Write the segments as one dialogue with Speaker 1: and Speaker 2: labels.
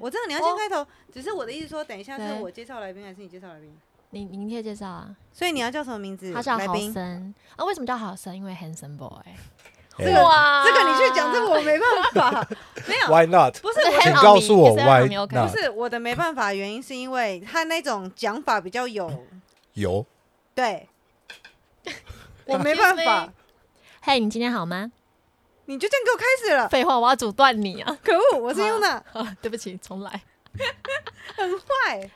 Speaker 1: 我知道你要先开头，只是我的意思说，等一下是
Speaker 2: 哦对
Speaker 1: 我介绍来宾还是你介绍来宾？
Speaker 2: 你你明天介绍啊，
Speaker 1: 所以你要叫什么名字？
Speaker 2: 他叫
Speaker 1: 来
Speaker 2: 豪
Speaker 1: 宾，
Speaker 2: 森啊，为什么叫豪森？因为 handsome boy。
Speaker 1: 这个
Speaker 2: 哇
Speaker 1: 这个你去讲，这个我没办 法，没有，
Speaker 3: 哎 Why not？
Speaker 1: 不是
Speaker 2: 这
Speaker 1: 我
Speaker 2: 很
Speaker 3: 请
Speaker 2: 好
Speaker 3: 告
Speaker 2: 迷
Speaker 3: 诉我
Speaker 2: 这很好
Speaker 3: why
Speaker 2: 迷，OK
Speaker 3: 那
Speaker 1: 不是我的没办法，原因是因为他那种讲法比较有，
Speaker 3: 有
Speaker 1: 对我没办法，
Speaker 2: 嘿，你今天好吗？
Speaker 1: 你就这样给我开始了，
Speaker 2: 废话，我要阻断你啊！
Speaker 1: 可恶，我是用的
Speaker 2: 好，对不起，重来。
Speaker 1: 很坏。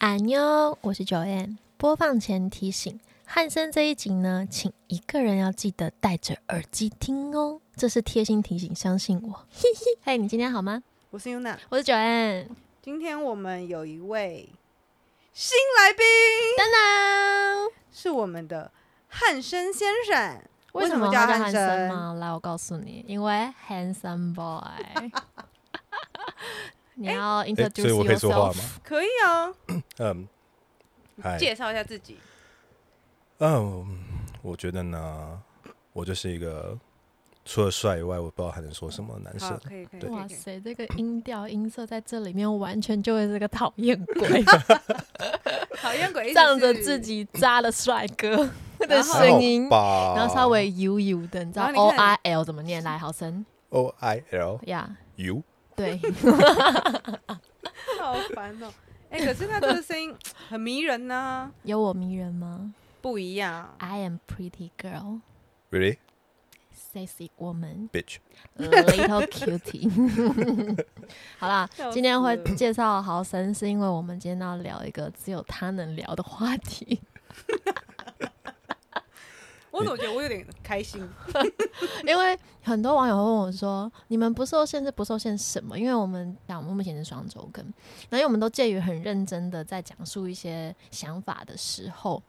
Speaker 2: 俺妞，我是九 M。播放前提醒：汉森这一集呢，请一个人要记得戴着耳机听哦，这是贴心提醒，相信我。 嘿嘿，嘿，你今天好吗？
Speaker 1: 我是 Yuna，
Speaker 2: 我是九 M。
Speaker 1: 今天我们有一位新来宾，
Speaker 2: 当当，
Speaker 1: 是我们的汉生先生。为
Speaker 2: 为
Speaker 1: 什
Speaker 2: 什
Speaker 1: 么
Speaker 2: 么
Speaker 1: 叫
Speaker 2: 叫
Speaker 1: 汉
Speaker 2: 汉
Speaker 1: 森
Speaker 2: 森吗？来，我告诉你，因为 handsome boy。你要
Speaker 3: 哎、
Speaker 2: introduce
Speaker 3: 所以我可以说话
Speaker 2: yourself。
Speaker 3: 吗？
Speaker 1: 可以啊，
Speaker 3: 嗯，嗨，
Speaker 1: 介绍一下自己。
Speaker 3: 嗯，我觉得呢，我就是一个除了帅以外，我不知道还能说什么的男
Speaker 1: 好，
Speaker 3: 生。
Speaker 1: 可以可以。可以
Speaker 2: 哇
Speaker 1: 可以
Speaker 2: 塞，这个音调音色在这里面完全就是个讨厌 鬼，
Speaker 1: 讨厌鬼，
Speaker 2: 仗着自，己渣的帅 哥的
Speaker 1: 然后
Speaker 2: 声音，
Speaker 3: 吧，
Speaker 2: 然后稍微油油的，你知道
Speaker 1: 然后
Speaker 2: O
Speaker 1: 你看
Speaker 2: R L 怎么念？来，好生
Speaker 3: O I L
Speaker 2: 呀
Speaker 3: U，
Speaker 2: 对，
Speaker 1: 好烦哦。哎，可是他这个声音很迷人呢，
Speaker 2: 有我迷人吗
Speaker 1: 不一样。
Speaker 2: ？I am pretty girl,
Speaker 3: really
Speaker 2: sexy woman,
Speaker 3: bitch。
Speaker 2: little cutie。好 啦
Speaker 1: 笑，
Speaker 2: 今天会
Speaker 1: 死了
Speaker 2: 介绍豪森，是因为我们今天要聊一个只有他能聊的话题，
Speaker 1: 我怎么觉得我有点开心？
Speaker 2: 因为很多网友会问我说：“你们不受限是不受限什么？”因为我们讲我们目前是双周更，然后因为我们都介于很认真的在讲述一些想法的时候，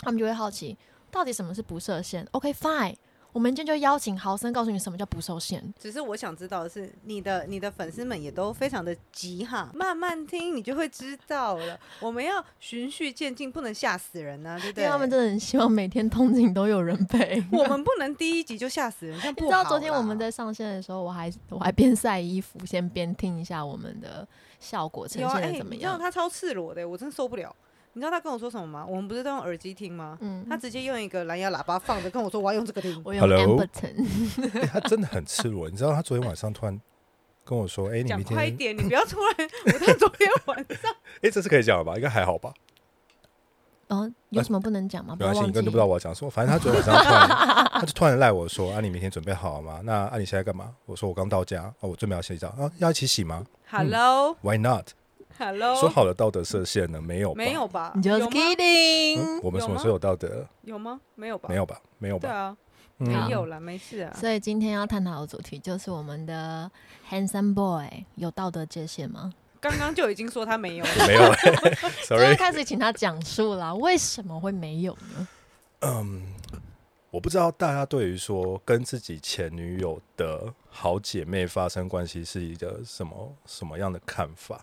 Speaker 2: 他们就会好奇到底什么是不设限。OK fine，我们今天就邀请豪森告诉你什么叫不受限。
Speaker 1: 只是我想知道的是，你的你的粉丝们也都非常的急哈，慢慢听你就会知道了。我们要循序渐进，不能吓死人啊，对不
Speaker 2: 因
Speaker 1: 对？
Speaker 2: 为他们真的很希望每天通勤都有人陪。
Speaker 1: 我们不能第一集就吓死人，这样不
Speaker 2: 你知
Speaker 1: 好啦。
Speaker 2: 道昨天我们在上线的时候，我还我还边晒衣服，先边听一下我们的效果呈
Speaker 1: 有啊，
Speaker 2: 现
Speaker 1: 哎、
Speaker 2: 的怎么
Speaker 1: 你知道
Speaker 2: 样。
Speaker 1: 他超赤裸的，我真受不了。你知道他跟我说什么吗？我们不是都用耳机听吗？
Speaker 2: 嗯，
Speaker 1: 他直接用一个蓝牙喇叭放着，跟我说我要用这个听。
Speaker 2: 我用
Speaker 3: Hello
Speaker 2: Amberton，
Speaker 3: 欸他真的很赤裸，你知道他昨天晚上突然跟我说：“哎、你
Speaker 1: 讲
Speaker 3: 明天
Speaker 1: 快一点，你不要突然。我在昨天晚 上，
Speaker 3: 哎、这是可以讲的吧？应该还好吧？
Speaker 2: 哦，有什么不能讲吗？不
Speaker 3: 啊没
Speaker 2: 要
Speaker 3: 关系，你
Speaker 2: 忘
Speaker 3: 根
Speaker 2: 记
Speaker 3: 本就不知道我要讲什么。反正他昨天晚上突 然，他就突然赖我说：‘啊，你明天准备好了吗？’那啊，你现在干嘛？我说我刚到家，哦，我正要洗澡啊，要一起洗吗
Speaker 1: Hello
Speaker 3: ？Why not？
Speaker 1: Hello，
Speaker 3: 嗯说好的道德设限呢？没有，
Speaker 1: 哦没。有吧？
Speaker 2: 你就是
Speaker 1: 有吗？
Speaker 2: kidding。
Speaker 3: 嗯，我们
Speaker 1: 有
Speaker 3: 什么
Speaker 1: 吗
Speaker 3: 时候有道德？
Speaker 1: 有吗？没有吧？
Speaker 3: 没有吧？没有
Speaker 1: 对
Speaker 3: 吧？
Speaker 1: 啊，
Speaker 3: 嗯
Speaker 1: 没
Speaker 2: 好
Speaker 1: 有啦，没事啊。
Speaker 2: 所以今天要探讨的主题就是我们的 handsome boy 有道德界限吗？
Speaker 1: 刚刚就已经说他没有了。
Speaker 3: 没 有
Speaker 2: 就要
Speaker 3: ，sorry，
Speaker 2: 开始请他讲述啦，为什么会没有呢？
Speaker 3: 嗯，我不知道大家对于说跟自己前女友的好姐妹发生关系是一个什么什么样的看法？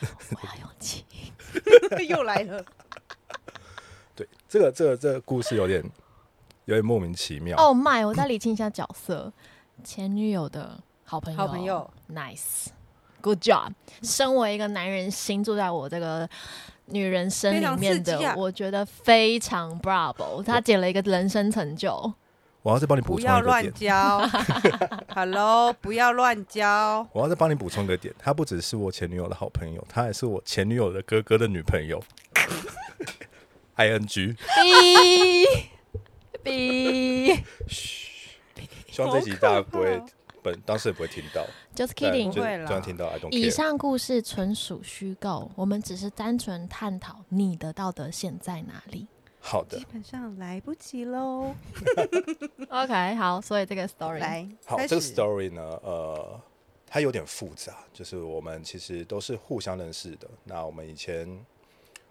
Speaker 2: 我要勇气。
Speaker 1: 又来了。
Speaker 3: 对，这个这个这个故事有点有点莫名其妙。
Speaker 2: 哦 my，我再理清一下角色，前女友的好朋友，
Speaker 1: 好朋友
Speaker 2: ，nice。Good job！身为一个男人心住在我这个女人身里面
Speaker 1: 非常刺激
Speaker 2: 的，
Speaker 1: 啊
Speaker 2: 我觉得非常 bravo，他捡了一个人生成就。
Speaker 3: 我要再帮你补
Speaker 1: 不
Speaker 3: 充一
Speaker 1: 要
Speaker 3: 个
Speaker 1: 乱
Speaker 3: 点，
Speaker 1: 教，Hello，不要 乱教。
Speaker 3: 我要再帮你补充一个点，她不只是我前女友的好朋友，她还是我前女友的哥哥的女 朋友。I N G，
Speaker 2: B B，
Speaker 3: 希望这集大家不
Speaker 1: 好可
Speaker 3: 会
Speaker 1: 怕哦
Speaker 3: 本当事人不会听到，
Speaker 2: just
Speaker 3: 但
Speaker 2: kidding
Speaker 3: 就
Speaker 1: 不。会啦
Speaker 3: 这样听到 I don't
Speaker 2: 以
Speaker 3: care。
Speaker 2: 上故事纯属虚构，我们只是单纯探讨你的道德线在哪里。
Speaker 3: 好的
Speaker 1: 基，本上来不及喽。
Speaker 2: OK，好，所以这个 story
Speaker 1: 来，
Speaker 3: 好，
Speaker 1: 开
Speaker 3: 这个
Speaker 1: 始
Speaker 3: story 呢，呃，它有点复杂，就是我们其实都是互相认识的。那我们以前，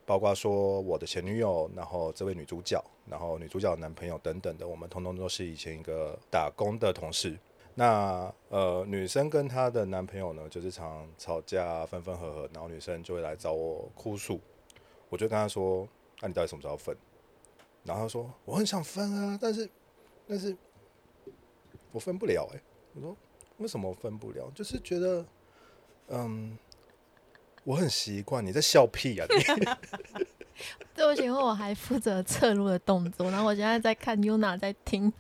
Speaker 3: 包括说我的前女友，然后这位女主角，然后女主角的男朋友等等的，我们通通都是以前一个打工的同事。那呃，女生跟她的男朋友呢，就是常常吵架，分分合合，然后女生就会来找我哭诉。我就跟她说，那、你到底什么时候要分？然后他说我很想分啊，但是但是我分不了哎、我说为什么我分不了？就是觉得嗯，我很习惯你在笑 屁啊你。
Speaker 2: 对不起，因为我还负责侧录的动作，然后我现在在看 Yuna 在听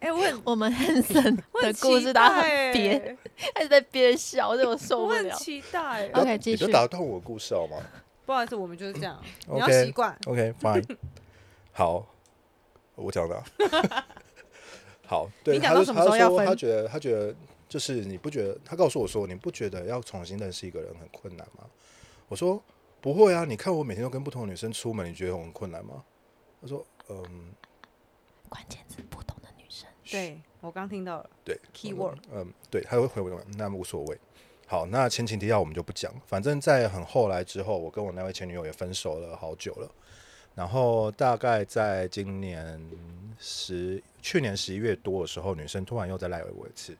Speaker 1: 哎、我很
Speaker 2: 我们 Hanson
Speaker 1: 我
Speaker 2: 的
Speaker 1: 很
Speaker 2: 故
Speaker 1: 期
Speaker 2: 事，他
Speaker 1: 待
Speaker 2: 很
Speaker 1: 欸
Speaker 2: 憋，他一直在憋笑，所以我受不
Speaker 1: 我很
Speaker 2: 了。
Speaker 1: 期待。欸
Speaker 2: OK，
Speaker 3: 你
Speaker 2: 继
Speaker 3: 就
Speaker 2: 续
Speaker 3: 打断我的故事好吗
Speaker 1: 不好意思，我们就是这样，你要
Speaker 3: 嗯 OK
Speaker 1: 习惯。
Speaker 3: ？OK，fine，、好，我 讲的啊、好，对，
Speaker 1: 你讲
Speaker 3: 他
Speaker 1: 到
Speaker 3: 就
Speaker 1: 什么时
Speaker 3: 他就
Speaker 1: 候要
Speaker 3: 说他
Speaker 1: 分
Speaker 3: 觉得他觉得就是你不觉得？他告诉我说你不觉得要重新认识一个人很困难吗？我说不会啊，你看我每天都跟不同的女生出门，你觉得我很困难吗？他说嗯，
Speaker 2: 关键字不同的女生，
Speaker 1: 对我刚听到了
Speaker 3: 对
Speaker 1: keyword，
Speaker 3: 嗯，对，他会回我，那无所谓。好，那前情提要我们就不讲，反正在很后来之后，我跟我那位前女友也分手了好久了。然后大概在今年十，去年十一月多的时候，女生突然又再赖我一次，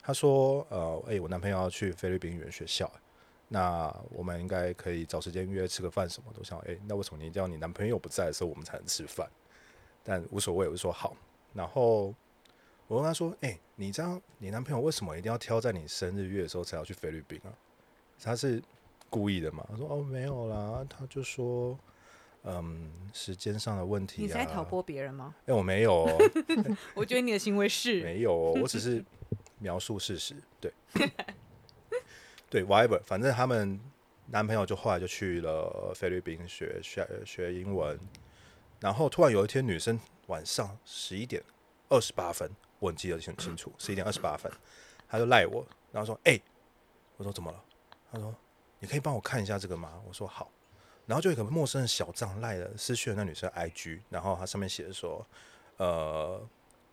Speaker 3: 她说：“呃，哎、我男朋友要去菲律宾语言学校，那我们应该可以找时间约吃个饭什么的。”我想，哎、那为什么你一定要你男朋友不在的时候我们才能吃饭？但无所谓，我就说好。然后我问他说：“哎、你这样，你男朋友为什么一定要挑在你生日月的时候才要去菲律宾啊？他是故意的吗？”他说：“哦，没有啦，他就说，嗯，时间上的问题、啊。”
Speaker 1: 你是在挑拨别人吗？
Speaker 3: 哎、我没有、哦，
Speaker 1: 我觉得你的行为是
Speaker 3: 没有、哦，我只是描述事实。对， 对，whatever，反正他们男朋友就后来就去了菲律宾学学学英文，然后突然有一天，女生晚上十一点二十八分，我很记得很清楚，十一点二十八分，她就赖我，然后说：“哎、我说怎么了？”她说：“你可以帮我看一下这个吗？”我说：“好。”然后就有一个陌生的小账赖了失去了那女生的 IG，然后它上面写着说：“呃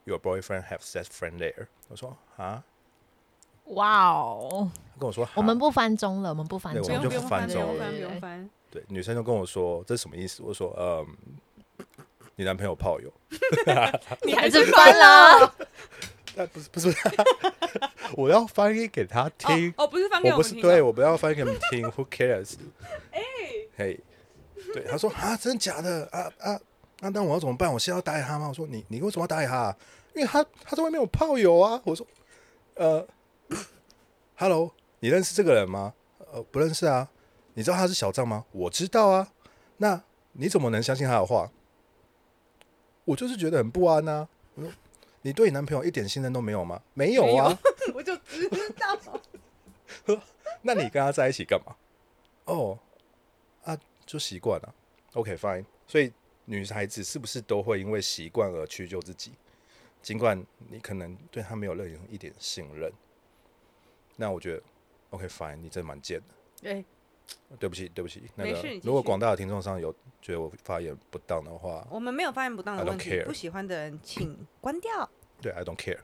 Speaker 3: ，Your boyfriend have s e x friend there。”我说：“啊？”
Speaker 2: 哇哦！
Speaker 3: 他跟我说：“
Speaker 2: 我们
Speaker 3: 哈
Speaker 2: 不翻中了，我们不翻
Speaker 3: 对
Speaker 2: 中
Speaker 1: 不
Speaker 3: 我
Speaker 2: 了，
Speaker 1: 用
Speaker 3: 们就
Speaker 1: 不用
Speaker 3: 翻
Speaker 1: 翻，不
Speaker 3: 走
Speaker 1: 用
Speaker 3: 了
Speaker 1: 翻，不用翻。
Speaker 3: 对，女生就跟我说这是什么意思？我说，嗯，你男朋友炮友，
Speaker 2: 你还是翻啦。
Speaker 3: 但不是不是， 我要翻译给他听，
Speaker 1: 哦，哦不是翻给
Speaker 3: 我
Speaker 1: 我
Speaker 3: 不
Speaker 1: 们
Speaker 3: 是
Speaker 1: 听
Speaker 3: 对，
Speaker 1: 的，
Speaker 3: 我不要翻译给你们 听，Who cares？哎，嘿，对，他说啊，真的假的啊啊啊，那我要怎么办？我现在要打给他吗？我说你你为什么要打给他、啊？因为他他在外面有炮友啊。我说，呃，Hello，你认识这个人吗？呃，不认识啊。你知道他是小张吗？我知道啊。那你怎么能相信他的话？我就是觉得很不安呐、啊。我说你对你男朋友一点信任都没有吗？没有
Speaker 1: 没
Speaker 3: 啊。
Speaker 1: 有我就知道。
Speaker 3: 那你跟他在一起干嘛？哦，啊，就习惯了。OK，fine、所以女孩子是不是都会因为习惯而屈就自己？尽管你可能对她没有任何一点信任，那我觉得 OK，fine，、你真的蛮贱的。
Speaker 1: 对，
Speaker 3: 对不起，对不起。那
Speaker 1: 没事
Speaker 3: 个
Speaker 1: 你，继
Speaker 3: 如果
Speaker 1: 续
Speaker 3: 广大的听众上有觉得我发言不当的话，
Speaker 1: 我们没有发言不当的
Speaker 3: I don't
Speaker 1: 问题，
Speaker 3: care
Speaker 1: 不喜欢的人请关掉。
Speaker 3: 对，I don't care。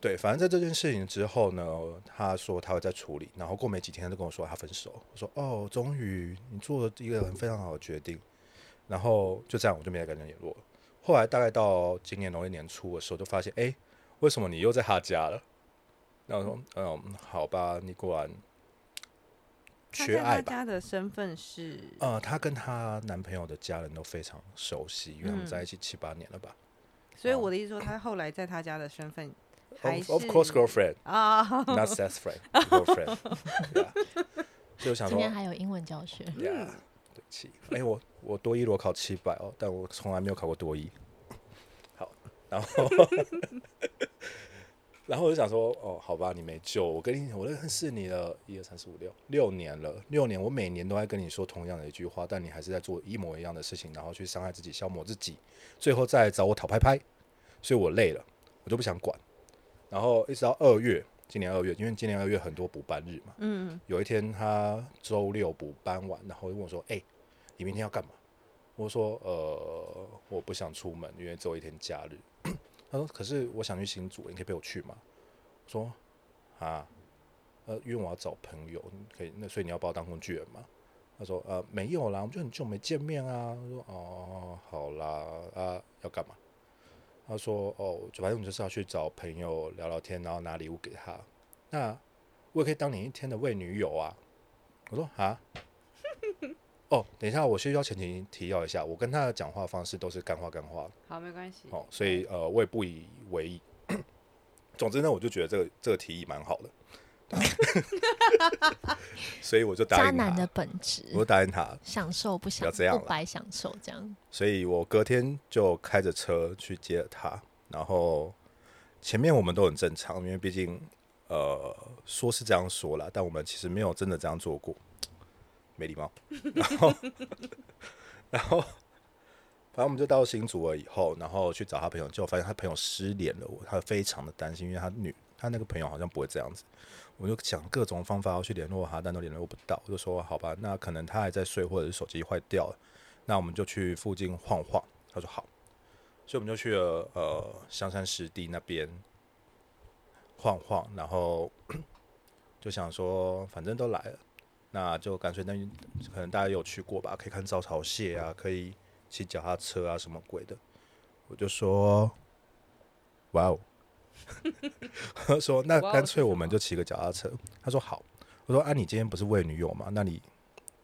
Speaker 3: 对，反正在这件事情之后呢，他说他会再处理，然后过没几天他就跟我说他分手。我说哦，终于你做了一个很非常好的决定。然后就这样，我就没再跟他联络了。后来大概到今年农历年初的时候，就发现哎，为什么你又在他家了？然后我说嗯，好吧，你果然
Speaker 1: 他
Speaker 3: 缺
Speaker 1: 在
Speaker 3: 爱
Speaker 1: 他
Speaker 3: 吧。
Speaker 1: 家的身份是
Speaker 3: 呃，她跟她男朋友的家人都非常熟悉，因
Speaker 1: 嗯
Speaker 3: 为他们在一起七八年了吧。
Speaker 1: 所
Speaker 3: 哦
Speaker 1: 以我的意思说，他后来在他家的身份 还
Speaker 3: Of-
Speaker 1: 是
Speaker 3: of course, girlfriend.
Speaker 1: 啊，
Speaker 3: not sex friend, girlfriend 对啊。所以我想
Speaker 2: 今
Speaker 3: 说
Speaker 2: 天还有英文教学，
Speaker 3: ，Yeah，对不起，哎、我我多一我考七百哦，但我从来没有考过多一。 好，然后 然后我就想说，哦，好吧，你没救，我跟你，我认识你了，一二三四五六六年了，六年，我每年都在跟你说同样的一句话，但你还是在做一模一样的事情，然后去伤害自己，消磨自己，最后再来找我讨拍拍，所以我累了，我就不想管。然后一直到二月，今年二月，因为今年二月很多补班日嘛，
Speaker 1: 嗯，
Speaker 3: 有一天他周六补班完，然后就问我说：“哎、你明天要干嘛？”我说：“呃，我不想出门，因为只有一天假日。” 他说：“可是我想去新竹，你可以陪我去吗？”我说：“啊，呃，因为我要找朋友，你可以那所以你要把我当工具人吗？”他说：“呃，没有啦，我们就很久没见面啊。”我说：“哦，好啦，啊，要干嘛？”他说：“哦，就反正我们就是要去找朋友聊聊天，然后拿礼物给他。那我也可以当你一天的未女友啊。我说啊， 哦，等一下，我需要前提提要一下，我跟他的讲话方式都是干话干话，
Speaker 1: 好，没关系。
Speaker 3: 哦，所以呃，我也不以为意。 总之呢，我就觉得这个这个提议蛮好的， 所以我就答
Speaker 2: 渣
Speaker 3: 应
Speaker 2: 男的
Speaker 3: 他，
Speaker 2: 本质，
Speaker 3: 我就答应他，
Speaker 2: 享受不享
Speaker 3: 不要这样
Speaker 2: 不
Speaker 3: 了
Speaker 2: 白享受这样。
Speaker 3: 所以我隔天就开着车去接了他，然后前面我们都很正常，因为毕竟呃说是这样说啦，但我们其实没有真的这样做过，没礼貌。 然后，然后，反正我们就到新竹了以后，然后去找他朋友，结果发现他朋友失联了，我他非常的担心，因为他女他那个朋友好像不会这样子。我就想各种方法要去联络他，但都联络不到。我就说好吧，那可能他还在睡，或者是手机坏掉了。那我们就去附近晃晃。他说好，所以我们就去了呃香山湿地那边晃晃，然后 就想说反正都来了，那就干脆那边可能大家有去过吧，可以看招潮蟹啊，可以骑脚踏车啊什么鬼的。我就说哇哦， 他说那
Speaker 1: 哇哦
Speaker 3: 干
Speaker 1: 是
Speaker 3: 脆
Speaker 1: 什
Speaker 3: 我们
Speaker 1: 么
Speaker 3: 就骑个脚踏车。他说好，我说啊你今天不是为女友吗？那你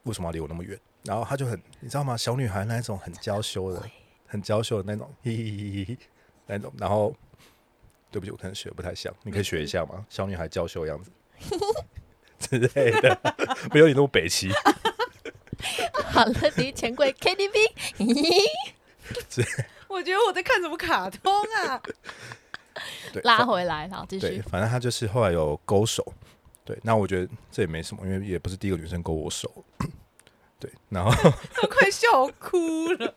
Speaker 3: 为什么要离我那么远？然后他就很，你知道吗？小女孩那一种很娇羞的，很娇羞的那种， 嘿嘿嘿嘿嘿，那种。然后，对不起，我可能学不太像，你可以学一下
Speaker 2: 嗯
Speaker 3: 吗？小女孩娇羞的 样子之类的，没有你那么 北齐
Speaker 2: 好了，离钱柜 KTV，咦
Speaker 1: 我觉得我在看什么卡通啊？
Speaker 3: 对，
Speaker 2: 拉
Speaker 3: 反
Speaker 2: 回来，好，继
Speaker 3: 对，
Speaker 2: 续。
Speaker 3: 反正他就是后来有勾手，对，那我觉得这也没什么，因为也不是第一个女生勾我手， 对，然后。
Speaker 1: 都快笑哭了。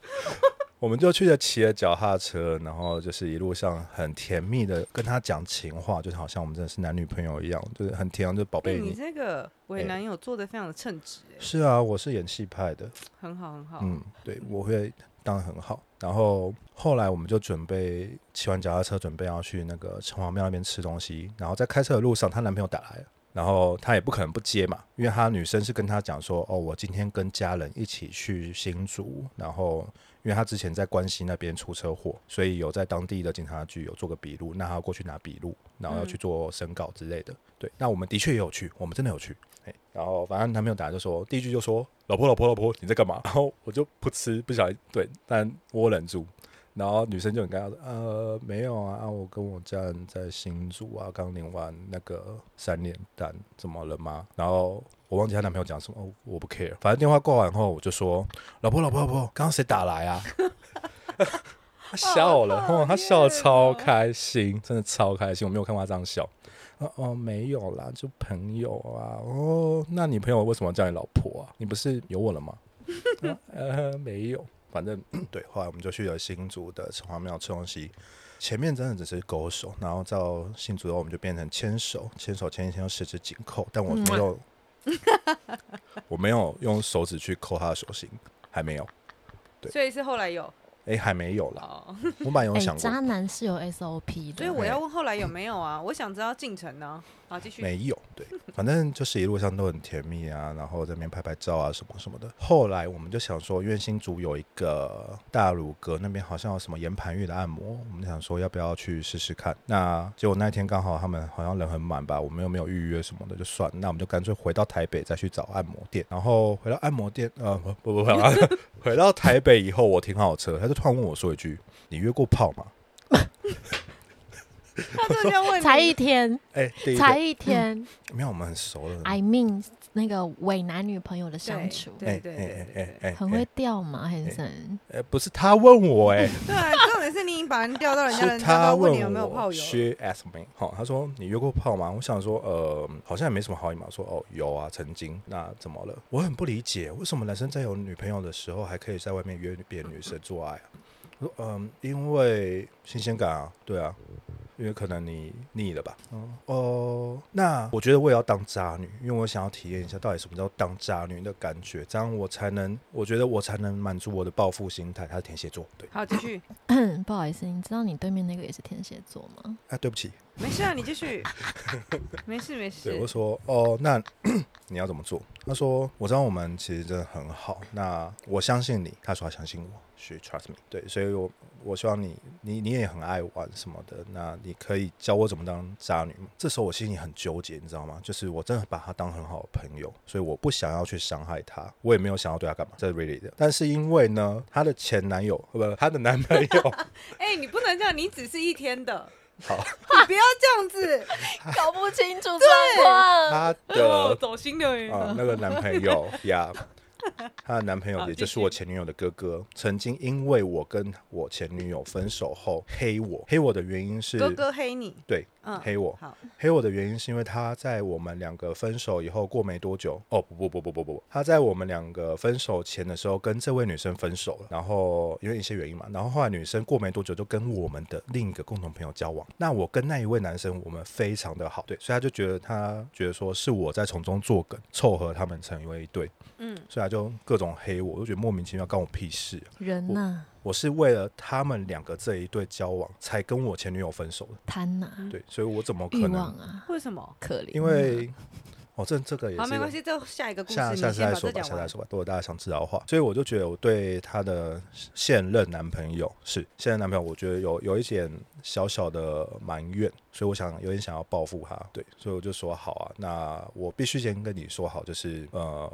Speaker 3: 我们就去了骑了脚踏车，然后就是一路上很甜蜜的跟他讲情话，就是好像我们真的是男女朋友一样，就是很甜，啊就是宝
Speaker 1: 哎、
Speaker 3: 贝
Speaker 2: 嗯
Speaker 1: 你
Speaker 3: 你。
Speaker 1: 这个伪
Speaker 3: 哎
Speaker 1: 男友做的非常的称职、哎，
Speaker 3: 是啊，我是演戏派的，
Speaker 1: 很好很好。
Speaker 3: 嗯，对，我会当得很好。然后后来我们就准备骑完脚踏车，准备要去那个城隍庙那边吃东西，然后在开车的路上，她男朋友打来了。然后她也不可能不接嘛，因为她女生是跟她讲说，哦，我今天跟家人一起去新竹，然后因为她之前在关西那边出车祸，所以有在当地的警察局有做个笔录，那她要过去拿笔录，然后要去做申告之类的。对，那我们的确也有去，我们真的有去，哎，然后反正男朋友打来就说，第一句就说老婆老婆老婆你在干嘛？然后我就噗嗤不小心对，但我忍住，然后女生就很尴尬说：“呃，没有啊，啊我跟我家人在新竹啊，刚领完那个三连单，怎么了吗？”然后我忘记她男朋友讲什么，哦我不 care。反正电话挂完后，我就说：“老婆，老婆，老婆，刚刚谁打来啊？”他笑了，
Speaker 1: 好
Speaker 3: 哦，他
Speaker 1: 讨
Speaker 3: 笑的
Speaker 1: 厌
Speaker 3: 超
Speaker 1: 哦
Speaker 3: 开心，真的超开心，我没有看过他这样笑。哦哦，没有啦，就朋友啊。哦，那你朋友为什么叫你老婆啊？你不是有我了吗？啊呃，没有，反正对。后来我们就去了新竹的城隍庙吃东西，前面真的只是勾手，然后到新竹后我们就变成牵手，牵手牵一牵用十指紧扣，但我没有，我没有用手指去扣他的手心，还没有，对
Speaker 1: 所以是后来有
Speaker 3: 哎、还没有啦。
Speaker 1: 哦，
Speaker 3: 我本来有
Speaker 2: 哎、
Speaker 3: 想过，
Speaker 2: 渣男是有 SOP
Speaker 1: 所以
Speaker 2: 的，
Speaker 1: 我要问后来有没有啊？我想知道进程呢、好，继续。
Speaker 3: 没有，对，反正就是一路上都很甜蜜啊，然后在那边拍拍照啊什么什么的。后来我们就想说，因为新竹有一个大鲁阁那边好像有什么岩盘浴的按摩，我们想说要不要去试试看。那结果那一天刚好他们好像人很满吧，我们又没有预约什么的，就算了那我们就干脆回到台北再去找按摩店。然后回到按摩店，呃，不不不不，啊回到台北以后，我停好车，他就突然问我说一句：“你约过炮吗
Speaker 1: 他真的要问 你
Speaker 2: 才一天，？”
Speaker 3: 哎、第一个
Speaker 2: 才一天、
Speaker 3: 没有，我们很熟了。
Speaker 2: i mean 那个伪男女朋友的相处，
Speaker 1: 对对对对对
Speaker 3: 哎
Speaker 2: 很会钓嘛，很神、
Speaker 3: 哎、不是他问我、
Speaker 1: 对啊，重点是你已经把人调到
Speaker 3: 哎，
Speaker 1: 人家，
Speaker 3: 是
Speaker 1: 人家
Speaker 3: 他
Speaker 1: 都问
Speaker 3: 问
Speaker 1: 你有没有
Speaker 3: 我
Speaker 1: 炮友。
Speaker 3: ，she asked me，好、他说你约过炮吗？我想说，呃，好像也没什么好隐瞒，说哦有啊，曾经，那怎么了？我很不理解，为什么男生在有女朋友的时候还可以在外面约别的女生做爱啊？我说，嗯，因为新鲜感啊，对啊，因为可能你腻了吧？嗯哦，那我觉得我也要当渣女，因为我想要体验一下到底什么叫当渣女的感觉，这样我才能，我觉得我才能满足我的报复心态。他是天蝎座，对，
Speaker 1: 好，继续。
Speaker 2: 不好意思，你知道你对面那个也是天蝎座吗？
Speaker 3: 啊，对不起，
Speaker 1: 没事啊，你继续，没事没
Speaker 3: 对，我就
Speaker 1: 事，
Speaker 3: 说哦，那 你要怎么做？他说我知道我们其实真的很好，那我相信你。他说他相信我，去 trust me。对，所以我我希望你，你你也很爱玩什么的，那你可以教我怎么当渣女吗？这时候我心里很纠结，你知道吗？就是我真的把她当很好的朋友，所以我不想要去伤害她，我也没有想要对她干嘛，这是 really 的。但是因为呢，她的前男友呃不，她的男朋友
Speaker 1: 哎、你不能这样，你只是一天的，
Speaker 3: 好，
Speaker 1: 你不要这样 子，
Speaker 2: 搞不清楚状况。
Speaker 3: 她
Speaker 1: 哦
Speaker 3: 的，
Speaker 1: 走心的哦耶，
Speaker 3: 啊、那个男朋友呀，她的男朋友
Speaker 1: 好
Speaker 3: 也
Speaker 1: 继
Speaker 3: 就是我
Speaker 1: 续
Speaker 3: 前女友的哥哥，曾经因为我跟我前女友分手后黑我，黑我的原因是
Speaker 1: 哥哥黑你，
Speaker 3: 对
Speaker 1: 嗯，
Speaker 3: 黑我，
Speaker 1: 好，
Speaker 3: 黑我的原因是因为他在我们两个分手以后过没多久，哦不不不不不不，他在我们两个分手前的时候跟这位女生分手了，然后因为一些原因嘛，然后后来女生过没多久就跟我们的另一个共同朋友交往。那我跟那一位男生我们非常的好，对，所以他就觉得他觉得说是我在从中作梗，凑合他们成为一对，
Speaker 1: 嗯，
Speaker 3: 所以他就各种黑我，我就觉得莫名其妙，关我屁事啊、
Speaker 2: 人呐、
Speaker 3: 我是为了他们两个这一对交往才跟我前女友分手的，
Speaker 2: 贪呐、
Speaker 3: 对，所以我怎么
Speaker 2: 欲
Speaker 3: 可能
Speaker 2: 望？啊，
Speaker 1: 为什么？
Speaker 2: 可怜啊。
Speaker 3: 因为哦，这这个也
Speaker 1: 好，
Speaker 3: 是
Speaker 1: 没关系，这下一个故事，
Speaker 3: 下
Speaker 1: 你
Speaker 3: 下
Speaker 1: 先
Speaker 3: 次再
Speaker 1: 把
Speaker 3: 说
Speaker 1: 这
Speaker 3: 吧，
Speaker 1: 讲
Speaker 3: 下次再
Speaker 1: 完。
Speaker 3: 说吧。如果大家想知道的话，所以我就觉得我对她的现任男朋友是现任男朋友，我觉得有有一点小小的埋怨，所以我想有点想要报复他。对，所以我就说好啊，那我必须先跟你说好，就是呃，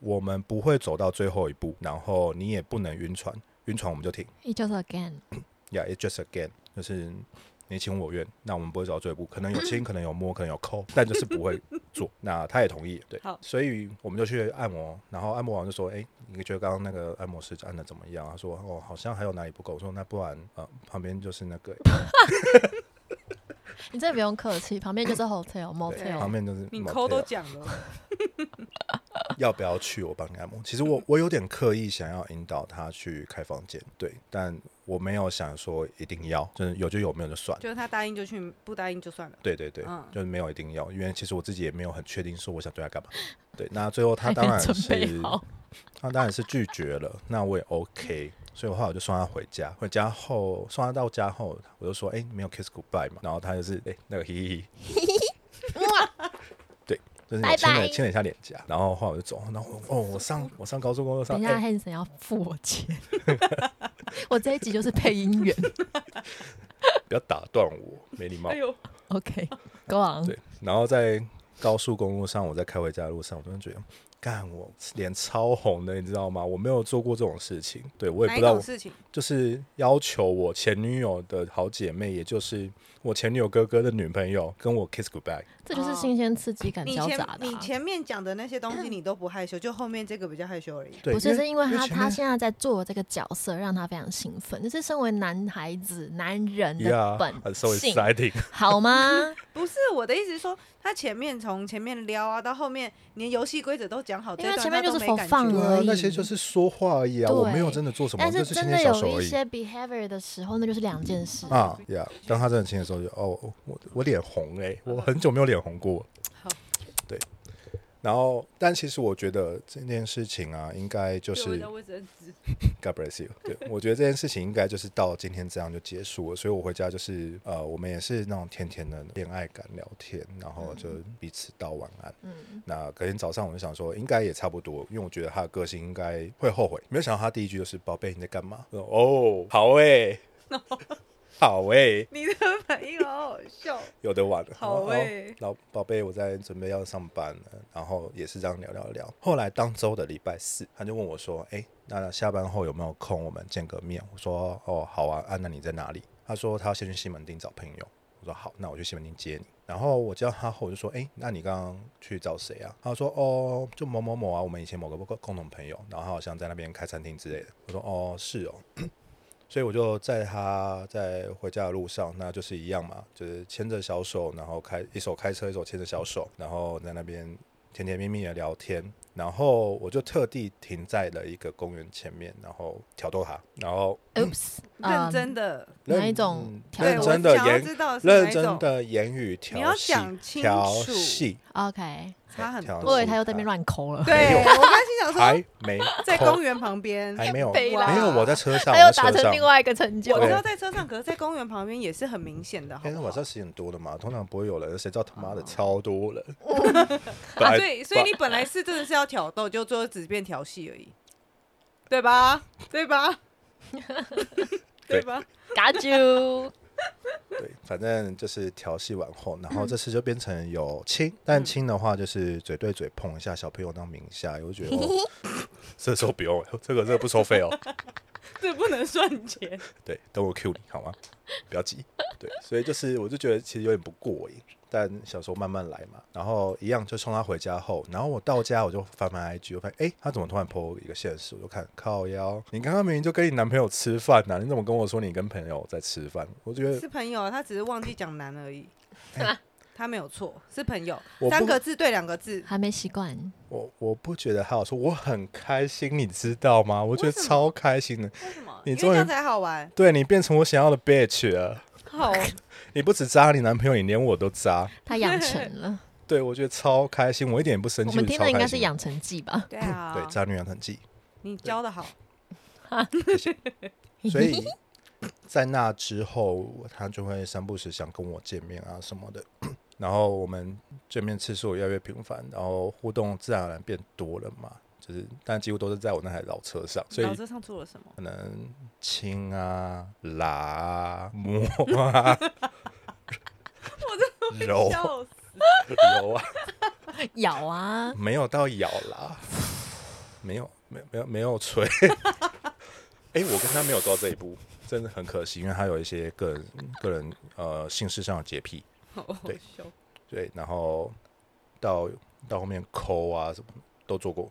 Speaker 3: 我们不会走到最后一步，然后你也不能晕船，晕船我们就停。
Speaker 2: It just again，
Speaker 3: Yeah, it's just a game，就是你情我愿，那我们不会走到最后一步，可能有 亲，可能有摸，可能有抠，但就是不会做。那他也同意，对
Speaker 1: 好，
Speaker 3: 所以我们就去按摩，然后按摩完就说，哎、你觉得刚刚那个按摩师按的怎么样？他说，哦，好像还有哪里不够。我说，那不然呃，旁边就是那个，
Speaker 1: 哎
Speaker 2: 你真的不用客气，旁边就是 hotel
Speaker 3: 对，旁
Speaker 2: motel。
Speaker 3: 边就是
Speaker 1: 你
Speaker 3: motel
Speaker 1: 抠都讲了，
Speaker 3: 要不要去我帮你按摩？其实我我有点刻意想要引导他去开房间，对，但我没有想说一定要，就是有就有，没有就算。
Speaker 1: 就是他答应就去，不答应就算了。
Speaker 3: 对对对，
Speaker 1: 嗯
Speaker 3: 就是没有一定要，因为其实我自己也没有很确定说我想对他干嘛。对，那最后他
Speaker 2: 还
Speaker 3: 当
Speaker 2: 没
Speaker 3: 然
Speaker 2: 准备
Speaker 3: 是
Speaker 2: 好，
Speaker 3: 他当然是拒绝了，那我也 OK。所以我后来我就送他回家，回家后送他到家后，我就说：“哎、没有 kiss goodbye 嘛。”然后他就是：“哎、那个嘿嘿 嘿， 对，就是
Speaker 2: 拜
Speaker 3: 有亲
Speaker 2: 拜
Speaker 3: 了亲了一下脸颊。”然后后来我就走，然后我哦，我上我上高中工作上
Speaker 2: 等一，
Speaker 3: 哎
Speaker 2: 下 Hanson 要付我钱， 我这一集就是配音员。
Speaker 3: 不要打断我，没礼貌
Speaker 1: 哎。呦，
Speaker 2: OK，Go、on。
Speaker 3: 对，然后在高速公路上，我在开回家的路上，我真的觉得，干我脸超红的，你知道吗？我没有做过这种事情，对我也
Speaker 1: 哪
Speaker 3: 不
Speaker 1: 一
Speaker 3: 知道
Speaker 1: 种
Speaker 3: 我，
Speaker 1: 事情？
Speaker 3: 就是要求我前女友的好姐妹，也就是我前女友哥哥的女朋友，跟我 kiss goodbye。
Speaker 2: 这就是新鲜刺激感
Speaker 1: 你
Speaker 2: 交
Speaker 1: 前
Speaker 2: 杂的、
Speaker 1: 你
Speaker 2: 啊。嗯
Speaker 1: 前面讲的那些东西你都不害羞，就后面这个比较害羞而已。
Speaker 3: 对，
Speaker 2: 不是，是因为他
Speaker 3: 前
Speaker 2: 他
Speaker 3: 面
Speaker 2: 现在在做这个角色，让他非常兴奋。就是身为男孩子、男人的
Speaker 3: Yeah,
Speaker 2: 本
Speaker 3: I'm so
Speaker 2: 性
Speaker 3: exciting！
Speaker 2: 好 吗？
Speaker 1: 不是我的意思是说，他前面从前面撩啊，到后面连游戏规则都讲好，
Speaker 2: 因为
Speaker 1: 这段
Speaker 2: 前面
Speaker 1: 他都
Speaker 2: 就是
Speaker 1: 没感
Speaker 2: for fun
Speaker 1: 觉
Speaker 3: 对
Speaker 2: 了
Speaker 3: 啊
Speaker 2: 而，已
Speaker 3: 那些就是说话而已啊，我没有
Speaker 2: 对
Speaker 3: 真的做什么，
Speaker 2: 但
Speaker 3: 就是是牵
Speaker 2: 真
Speaker 3: 牵
Speaker 2: 的
Speaker 3: 小手
Speaker 2: 有
Speaker 3: 而
Speaker 2: 一
Speaker 3: 已。
Speaker 2: 些 behavior 的时候，那就是两件事。
Speaker 3: 啊呀！当他真的亲的时候就，哦，我我脸红哎、我很久没有脸红过
Speaker 1: 嗯好。
Speaker 3: 对，然后但其实我觉得这件事情啊，应该就
Speaker 1: 对我
Speaker 3: 是
Speaker 1: 在卫生纸
Speaker 3: God bless you。对，我觉得这件事情应该就是到今天这样就结束了。所以我回家就是呃，我们也是那种甜甜的恋爱感聊天，然后就彼此道晚安。
Speaker 2: 嗯，
Speaker 3: 那隔天早上我就想说，应该也差不多，因为我觉得他的个性应该会后悔。没有想到他第一句就是“宝贝，你在干嘛？”我 说哦，好哎、好哎、
Speaker 1: 你的反应好好 笑。
Speaker 3: 有的玩了。
Speaker 1: 好
Speaker 3: 然后
Speaker 1: 欸
Speaker 3: 哦老宝贝，我在准备要上班了，然后也是这样聊聊聊。后来当周的礼拜四，他就问我说：“哎、那下班后有没有空，我们见个面？”我说：“哦，好啊，啊，那你在哪里？”他说他要先去西门町找朋友。我说好，那我去西门町接你。然后我接到他后，我就说，哎、那你刚刚去找谁啊？他说，哦，就某某某啊，我们以前某个共共同朋友，然后他好像在那边开餐厅之类的。我说，哦，是哦。所以我就在他在回家的路上，那就是一样嘛，就是牵着小手，然后开一手开车，一手牵着小手，然后在那边甜甜蜜蜜的聊天。然后我就特地停在了一个公园前面，然后挑逗他，然后
Speaker 2: Oops，嗯
Speaker 1: 认真的，
Speaker 2: 哪一
Speaker 3: 认
Speaker 2: 种
Speaker 3: 嗯
Speaker 2: 挑
Speaker 1: 对，
Speaker 2: 逗
Speaker 3: 认
Speaker 1: 我
Speaker 3: 真的
Speaker 1: 想要
Speaker 3: 言
Speaker 1: 知道是哪
Speaker 3: 认
Speaker 1: 一
Speaker 3: 真
Speaker 1: 种，
Speaker 3: 的言语
Speaker 1: 你要
Speaker 3: 调戏
Speaker 1: 讲清
Speaker 3: 调
Speaker 1: 楚
Speaker 3: 戏，
Speaker 2: OK，
Speaker 1: 差很
Speaker 3: 调
Speaker 1: 多。
Speaker 3: 戏
Speaker 2: 我以为他又在那边乱抠 了，
Speaker 1: 对，我刚心想说，
Speaker 3: 还没
Speaker 1: 在
Speaker 3: 扣
Speaker 1: 公园旁边，
Speaker 3: 还没有
Speaker 2: 背
Speaker 1: 啦
Speaker 3: 没有，我在车上，
Speaker 2: 他
Speaker 3: 我
Speaker 2: 又
Speaker 3: 在
Speaker 2: 达
Speaker 3: 车
Speaker 2: 成
Speaker 3: 上
Speaker 2: 另。外一个成就
Speaker 1: 我
Speaker 3: 对。
Speaker 1: 知道在车上，可是在公园旁边也是很明显的，好
Speaker 3: 但
Speaker 1: 不
Speaker 3: 是
Speaker 1: 好
Speaker 3: 晚上十点多了嘛，通常不会有人，谁知道他妈的超多 人。本
Speaker 1: 哦啊，
Speaker 3: 来
Speaker 1: 对，所以你本来是真的是要挑逗，就最后只变调戏而已，对吧？对吧？ 对吧？
Speaker 2: 嘎啾，
Speaker 3: 对，反正就是调戏完后，然
Speaker 1: 嗯
Speaker 3: 后这次就变成有亲，但亲的话就是嘴对嘴碰一下，小朋友当名下，我就觉 得、哦、这时候不用，这个这个不收费哦。
Speaker 1: 这不能算钱。
Speaker 3: 对，等我 Q 你好吗？不要急。对，所以就是我就觉得其实有点不过瘾，但想说慢慢来嘛。然后一样就送他回家后，然后我到家我就翻翻 IG，我发现哎、诶他怎么突然 po 一个现实？我就看靠腰，你刚刚明明就跟你男朋友吃饭呐、你怎么跟我说你跟朋友在吃饭？我觉得
Speaker 1: 是朋友，啊他只是忘记讲男而已，他没有错，是朋友
Speaker 3: 哎我，不
Speaker 1: 三个字对两个字，
Speaker 2: 还没习惯，
Speaker 3: 我我不觉得还好说，我很开心，你知道吗？我觉得
Speaker 1: 为什么
Speaker 3: 超开心的，
Speaker 1: 为什么？
Speaker 3: 你
Speaker 1: 因为
Speaker 3: 终于
Speaker 1: 这样才好 玩。
Speaker 3: 对你变成我想要的 bitch 了。
Speaker 1: 好，
Speaker 3: 你不止渣你男朋友，你连我都渣。
Speaker 2: 他养成了。
Speaker 3: 对，我觉得超开心，我一点也不 生
Speaker 2: 我
Speaker 3: 气，
Speaker 2: 们听的应该
Speaker 3: 超开
Speaker 2: 是
Speaker 3: 心
Speaker 2: 养成记吧？
Speaker 1: 对啊，
Speaker 3: 嗯对，渣女养成 记。
Speaker 1: 你教的好，
Speaker 3: 所以在那之后，他就会三不时想跟我见面啊什么的。然后我们见面次数越来越频繁，然后互动自然而然变多了嘛。就是，但几乎都是在我那台老车上，所以
Speaker 1: 老师上做了什么？
Speaker 3: 可能亲啊、拉啊、摸 啊、揉
Speaker 1: 笑 死！
Speaker 3: 揉啊，
Speaker 2: 咬 啊，
Speaker 3: 没有到咬啦， 没有，没有，没有，没有吹。 哎、我跟他没有走到这一步，真的很可惜，因为他有一些个人、个人呃性事上的洁癖，
Speaker 1: 好好
Speaker 3: 对
Speaker 1: 笑。
Speaker 3: 对，然后到到后面抠啊什么都做过。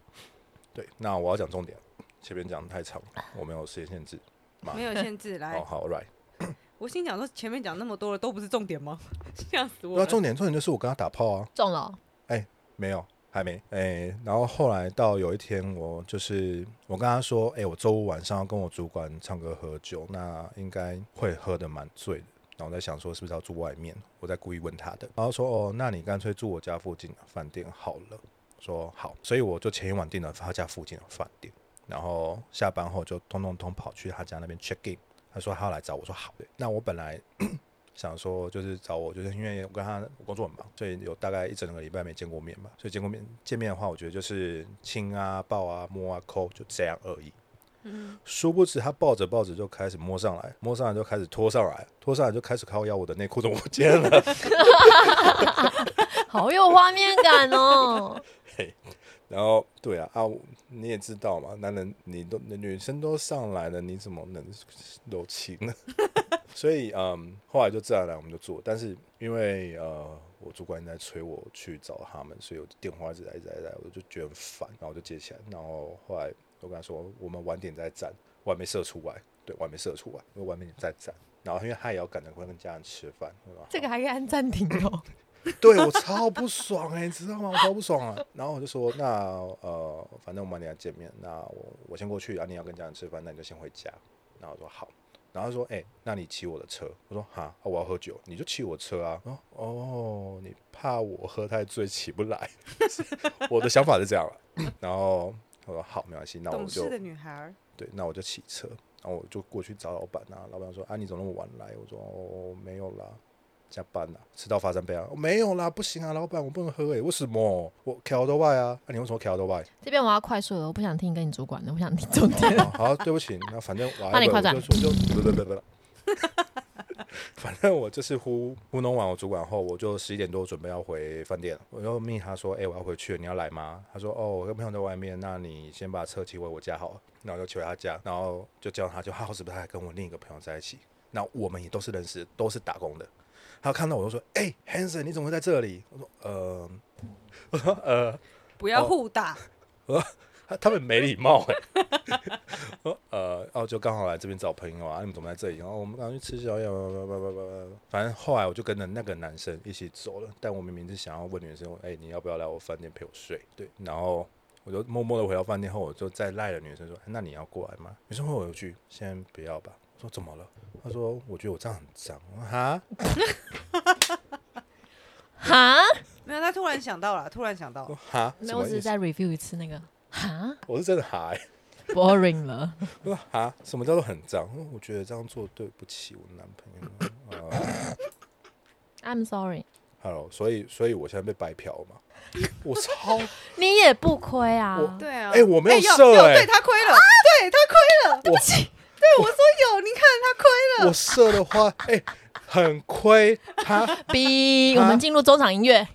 Speaker 3: 对，那我要讲重点，前面讲得太长，我没有时间限制。吧
Speaker 1: 没有限制， 来
Speaker 3: 哦，，好，right。
Speaker 1: 我心想说前面讲那么多了都不是重点吗？ 吓死我
Speaker 3: 那
Speaker 1: 了！
Speaker 3: 啊重点重点就是我跟他打炮啊，
Speaker 2: 中了哦，
Speaker 3: 没有，还没。哎、然后后来到有一天，我就是我跟他说，哎、我周五晚上要跟我主管唱歌喝酒，那应该会喝的蛮醉的。然后我在想说是不是要住外面，我在故意问他的。然后说哦，那你干脆住我家附近的啊饭店好了。我说好，所以我就前一晚订了他家附近的饭店，然后下班后就通通通跑去他家那边 check in。他说他要来找我，我说好。对那我本来想说就是找我，就是因为我跟他我工作很忙，所以有大概一整个礼拜没见过面吧。所以见过面见面的话，我觉得就是亲啊、抱啊、摸啊、抠，就这样而已。
Speaker 1: 嗯，
Speaker 3: 殊不知他抱着抱着就开始摸上来，摸上来就开始拖上来，拖上来就开始靠腰，我的内裤都不见了。
Speaker 2: 好有画面感 哦。
Speaker 3: 然后对啊啊，我你也知道嘛，男人你都女生都上来了，你怎么能柔情呢？ 所以嗯，后来就自然而然我们就做，但是因为呃，我主管一直在催我去找他们，所以我的电话一直来一直来一直来，我就觉得很烦，然后我就接起来，然后后来我跟他说我们晚点再站，我还没射出来，对，我还没射出来，我晚点再站。然后因为他也要赶着快跟家人吃饭，对吧？
Speaker 2: 这个还可以按暂停哦。
Speaker 3: 对我超不爽哎、你知道吗？我超不爽啊！然后我就说，那呃，反正我们俩见面，那我我先过去啊，你要跟家人吃饭，那你就先回家。然后我说好，然后他说，哎、那你骑我的车。我说哈、啊我要喝酒，你就骑我车啊。哦哦，你怕我喝太醉起不来？ 我的想法是这样了。 然后我说好，没关系，那啊我
Speaker 1: 懂
Speaker 3: 就哦
Speaker 1: 事的女孩儿，
Speaker 3: 对，那我就骑车，然后我就过去找老板啊。老板说：“啊，你怎么那么晚来？”我说：“哦，没有啦，加班啦，迟到罚三杯啊。哦”没有啦，不行啊，老板，我不能喝诶、为什么？我 c a l 外啊，那、你为什么 c a l 外？
Speaker 2: 这边我要快速了，我不想听跟你主管的，我想听重点。
Speaker 3: 哦好，对不起，那反正我
Speaker 2: 那你
Speaker 3: 我
Speaker 2: 快
Speaker 3: 就我就不不不不不， 反正我就是糊糊弄完我主管后，我就十一点多准备要回饭店了，我就命他说：“哎、我要回去了，你要来吗？”他说：“哦，我跟朋友在外面，那你先把车骑回我家好了。”然后就骑回他家，然后就叫他就他好死不死还跟我另一个朋友在一起，那我们也都是认识，都是打工的。他看到我就说：“哎、h a n s o n 你怎么会在这里？”我说：“呃，我说呃，
Speaker 1: 不要
Speaker 3: 哦
Speaker 1: 互打，
Speaker 3: 他他们没礼貌哎、我说呃，然后就刚好来这边找朋友啊，你们怎么在这里？然后我们刚刚去吃宵夜，叭叭叭叭叭叭叭反正后来我就跟着那个男生一起走了，但我明明是想要问女生，哎、你要不要来我饭店陪我睡？对，然后。我我就默默的回到饭店后，我就再赖了女生说：“哎那你要过来吗？”女生回我一句：“先不要吧。”我说：“怎么了？”她说：“我觉得我这样很脏。”我说：“哈，
Speaker 2: 哈，
Speaker 1: 没有，他突然想到了，突然想到
Speaker 3: 我说，哈，
Speaker 2: 没
Speaker 3: 什
Speaker 2: 有，我
Speaker 3: 么
Speaker 2: 只
Speaker 3: 意
Speaker 2: 是
Speaker 3: 思？
Speaker 2: 再 review 一次那个哈
Speaker 3: 我是真的哈、欸，
Speaker 2: boring 了。
Speaker 3: 我说哈，什么叫做很脏？我说我觉得这样做对不起我男朋友。啊
Speaker 2: I'm sorry，
Speaker 3: Hello，所以所以我现在被白嫖嘛？我超
Speaker 2: 你也不亏啊
Speaker 3: 我。
Speaker 1: 对啊，
Speaker 3: 哎、我没
Speaker 1: 哎
Speaker 3: 有
Speaker 1: 有
Speaker 3: 射
Speaker 1: 有
Speaker 3: 哎、
Speaker 1: 对他亏了，啊对他亏了，
Speaker 3: 我
Speaker 1: 对我说有，你看他亏了，
Speaker 3: 我射的话，哎、很亏他。
Speaker 2: B，
Speaker 3: 哈
Speaker 2: 我们进入中场音乐。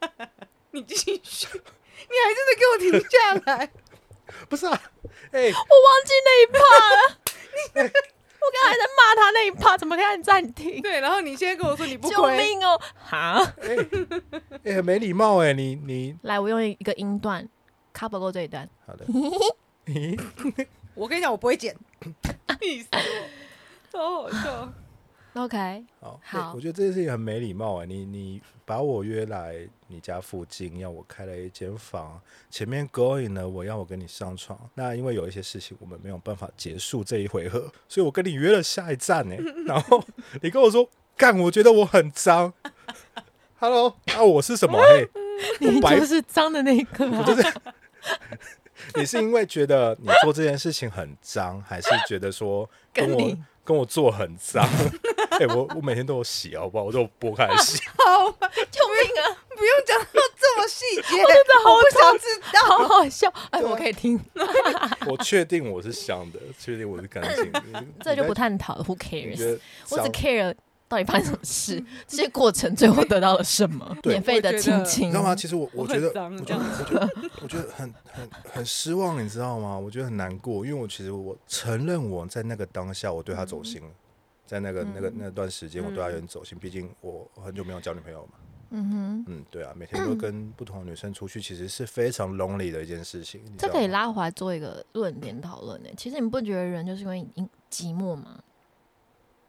Speaker 1: 你继 续，你还真的给我停下来，
Speaker 3: 不是啊，
Speaker 2: 我
Speaker 3: 哎、
Speaker 2: 忘记那一 part 了。我刚才还在骂他那一 part，怎么可以按暂停？
Speaker 1: 对，然后你现在跟我说你不
Speaker 2: 救
Speaker 1: 亏，
Speaker 2: 命哦！哈，
Speaker 3: 哎、哎、很没礼貌哎、你你
Speaker 2: 来，我用一个音段 cover 过这一段。
Speaker 3: 好的，
Speaker 1: 我跟你讲，我不会 剪，气死我，超好笑。
Speaker 2: OK，
Speaker 3: 好，哎
Speaker 2: 好
Speaker 3: 我觉得这件事情很没礼貌哎、你你把我约来你家附近，要我开了一间房，前面勾引了我，要我跟你上床。那因为有一些事情我们没有办法结束这一回合，所以我跟你约了下一 站哎、然后你跟我说干，我觉得我很脏。Hello，那、我是什么？嘿，
Speaker 2: 你
Speaker 3: 我白
Speaker 2: 就是脏的那一个、啊。
Speaker 3: 你是因为觉得你做这件事情很脏，还是觉得说跟
Speaker 2: 跟
Speaker 3: 我
Speaker 2: 你
Speaker 3: 跟我做很脏？ 哎、我我每天都有洗，好不好？我都有拨开来洗。
Speaker 1: 好吧，
Speaker 2: 救命啊！
Speaker 1: 不用讲到这么细节， 我
Speaker 2: 真的好
Speaker 1: 不想知 道。
Speaker 2: 好好笑，哎，
Speaker 3: 对啊
Speaker 2: 我可以听，
Speaker 3: 我确定我是香的，确定我是干净的。
Speaker 2: 这就不
Speaker 3: 太
Speaker 2: 探讨了。Who
Speaker 3: 你
Speaker 2: cares？
Speaker 3: 觉得
Speaker 2: 我只
Speaker 3: 脏
Speaker 2: care 到底发生什么事，这些过程最后得到了什么？
Speaker 3: 嗯 对
Speaker 2: 免费的亲
Speaker 3: 你
Speaker 2: 亲
Speaker 3: 知，道吗？其实我我觉得，
Speaker 1: 我很脏
Speaker 3: 我觉得，我觉得，我觉得很很很失望，你知道吗？我觉得很难过，因为我其实我承认我在那个当下我对他
Speaker 2: 嗯
Speaker 3: 走心了，在那个那个那段时间我对他有点走心，毕竟我很久没有交女朋友嘛。
Speaker 2: 嗯哼，
Speaker 3: 嗯，对啊，每天都跟不同的女生出去，其实是非常 lonely 的一件事情。你知
Speaker 2: 这
Speaker 3: 道
Speaker 2: 可以
Speaker 3: 吗
Speaker 2: 拉回来做一个论点讨论呢。其实你不觉得人就是因为寂寞吗？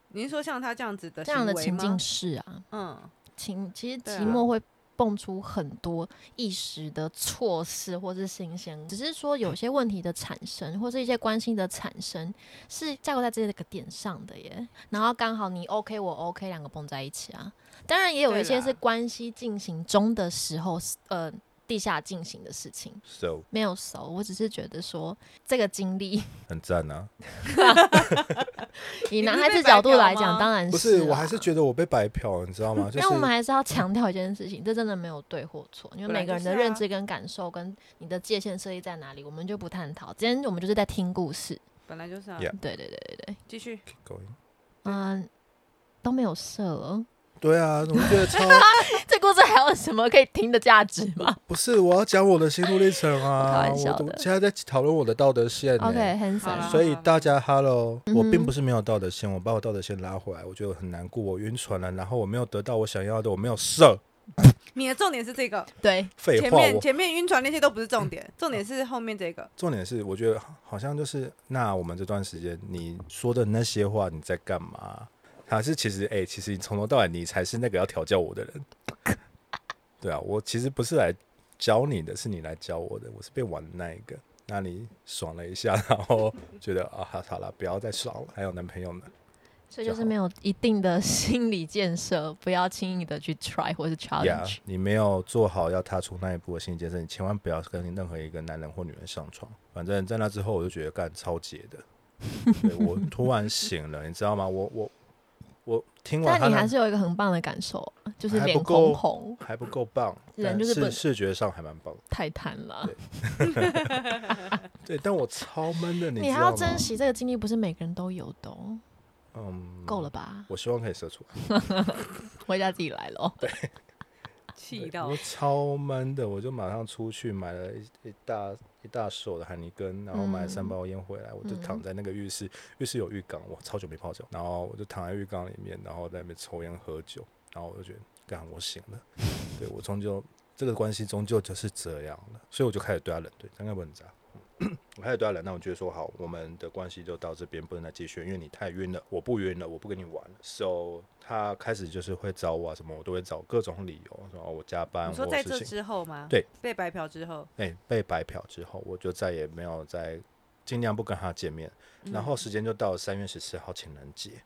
Speaker 1: 你是说像他这样子的
Speaker 2: 这样的
Speaker 1: 行
Speaker 2: 情
Speaker 1: 为
Speaker 2: 境
Speaker 1: 吗？
Speaker 2: 是啊，
Speaker 1: 嗯，
Speaker 2: 情其实
Speaker 1: 对
Speaker 2: 寂
Speaker 1: 啊
Speaker 2: 寞会蹦出很多一时的措施或是新鲜，只是说
Speaker 1: 嗯
Speaker 2: 有些问题的产生或是一些关系的产生是架构在这个点上的耶。然后刚好你 OK 我 OK 两个蹦在一起啊，当然也有
Speaker 1: 对
Speaker 2: 一些
Speaker 1: 啦
Speaker 2: 是关系进行中的时候，呃，地下进行的事情。
Speaker 3: ，so
Speaker 2: 没有熟，我只是觉得说这个经历，
Speaker 3: 很赞啊！
Speaker 2: 以
Speaker 1: 是
Speaker 2: 男孩
Speaker 1: 被
Speaker 2: 子
Speaker 1: 白
Speaker 2: 角度
Speaker 1: 嫖
Speaker 2: 来
Speaker 1: 吗
Speaker 2: 讲，当然
Speaker 3: 不是，我
Speaker 2: 啦
Speaker 3: 还是觉得我被白嫖，你知道吗？就
Speaker 2: 啊嗯但我们
Speaker 3: 是嗯
Speaker 2: 还是要强调一件事情，这真的没有对或错，因为
Speaker 1: 本来
Speaker 2: 每个人
Speaker 1: 就是
Speaker 2: 的
Speaker 1: 啊
Speaker 2: 认知跟感受跟你的界限设立在哪里，我们就不探讨。今天我们就是在听故事，
Speaker 1: 本来就是啊。
Speaker 3: Yeah
Speaker 2: 对对对对对，
Speaker 1: 继续，
Speaker 3: Keep going
Speaker 2: 嗯，都没有射了，
Speaker 3: 对啊，我觉得超
Speaker 2: 这故事还有什么可以听的价值吗
Speaker 3: 不是，我要讲我的心路历程
Speaker 2: 开
Speaker 3: 啊！
Speaker 2: 玩
Speaker 3: 我
Speaker 2: 笑的
Speaker 3: 我现在在讨论我的道德线、呢。
Speaker 2: ？OK，很
Speaker 1: 好啦
Speaker 2: 少。
Speaker 3: 所以大家 Hello，我
Speaker 2: 嗯
Speaker 3: 并
Speaker 2: 哼
Speaker 3: 不是没有道德线，我把我道德线拉回来，我觉得很难过，我晕船了，然后我没有得到我想要的，我没有射，
Speaker 1: 你的重点是这个，
Speaker 2: 对，
Speaker 3: 废
Speaker 1: 前
Speaker 3: 话，
Speaker 1: 面
Speaker 3: 我
Speaker 1: 前面晕船那些都不是重点，重点是后面这个。
Speaker 3: 重点是，我觉得好像就是，那我们这段时间你说的那些话，你在干嘛？还是其实，哎、其实你从头到尾，你才是那个要调教我的人。对啊，我其实不是来教你的，是你来教我的，我是被玩的那一个。那你爽了一下，然后觉得啊，好好了，不要再爽了。还有男朋友呢？
Speaker 2: 所以就是没有一定的心理建设，不要轻易的去 try 或是
Speaker 3: 呀
Speaker 2: challenge。
Speaker 3: 你没有做好要踏出那一步的心理建设，你千万不要跟任何一个男人或女人上床。反正在那之后，我就觉得干超解 的，对我突然醒了，你知道吗？我我我听完他
Speaker 2: 但你
Speaker 3: 那
Speaker 2: 还是有一个很棒的感受，啊就是
Speaker 3: 还不
Speaker 2: 脸
Speaker 3: 够
Speaker 2: 红红，
Speaker 3: 还不够棒，
Speaker 2: 人
Speaker 3: 但
Speaker 2: 就是不
Speaker 3: 视视觉上还蛮棒的。
Speaker 2: 太贪了。
Speaker 3: 对，但我超闷的，你
Speaker 2: 你
Speaker 3: 知
Speaker 2: 还
Speaker 3: 道
Speaker 2: 要
Speaker 3: 吗？
Speaker 2: 珍惜这个经历，不是每个人都有的、哦。
Speaker 3: 嗯，
Speaker 2: 够了。吧？
Speaker 3: 我希望可以射出来，
Speaker 2: 回家自己来咯。
Speaker 1: 气
Speaker 3: 对
Speaker 1: 到
Speaker 3: 我超闷的，我就马上出去买了一一大一大手的海尼根，然后买了三
Speaker 2: 嗯
Speaker 3: 包烟回来，我就躺
Speaker 2: 嗯
Speaker 3: 在那个浴室，浴室有浴缸，我超久没泡脚，然后我就躺在浴缸里面，然后在那边抽烟喝酒，然后我就觉得，干，我醒了，对我终究这个关系终究就是这样了，所以我就开始对他冷对，这样该不会很渣？ 我开始对他冷淡，我觉得说好，我们的关系就到这边，不能再继续，因为你太晕了，我不晕了，我不跟你玩了。So 他开始就是会找我啊什么，我都会找各种理由，说哦我加班，
Speaker 1: 你说
Speaker 3: 我
Speaker 1: 在
Speaker 3: 有事
Speaker 1: 这
Speaker 3: 情
Speaker 1: 之后吗？
Speaker 3: 对，
Speaker 1: 被白嫖之后，
Speaker 3: 哎、被白嫖之后，我就再也没有再尽量不跟他见面。
Speaker 2: 嗯
Speaker 3: 然后时间就到了三月十四号情人节，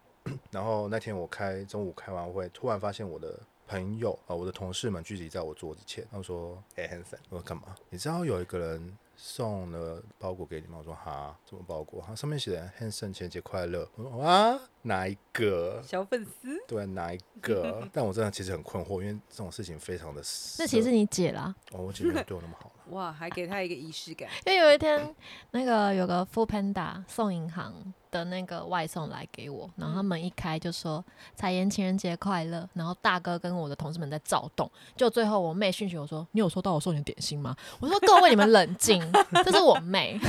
Speaker 3: 然后那天我开中午开完会，突然发现我的朋友啊、呃我的同事们聚集在我桌子前，他们说：“哎、h a n s o n 我说干嘛？你知道有一个人送了包裹给你吗？”我说：“哈，什么包裹？”他上面写的 “Hanson 情人节快乐”。我说：“啊，哪一个？
Speaker 1: 小粉丝，
Speaker 3: 对，啊哪一个？” 但我真的其实很困惑，因为这种事情非常的
Speaker 2: 那其实你姐啦，
Speaker 3: 哦，我姐没有对我那么好。
Speaker 1: 哇，还给他一个仪 式感，
Speaker 2: 因为有一天那个有个 f o o Panda 送银行的那个外送来给我，然后他们一开就说“彩妍情人节快乐”，然后大哥跟我的同事们在躁动，就最后我妹讯息我说：“你有收到我送你的点心吗？”我说：“各位你们冷静， 这是我妹，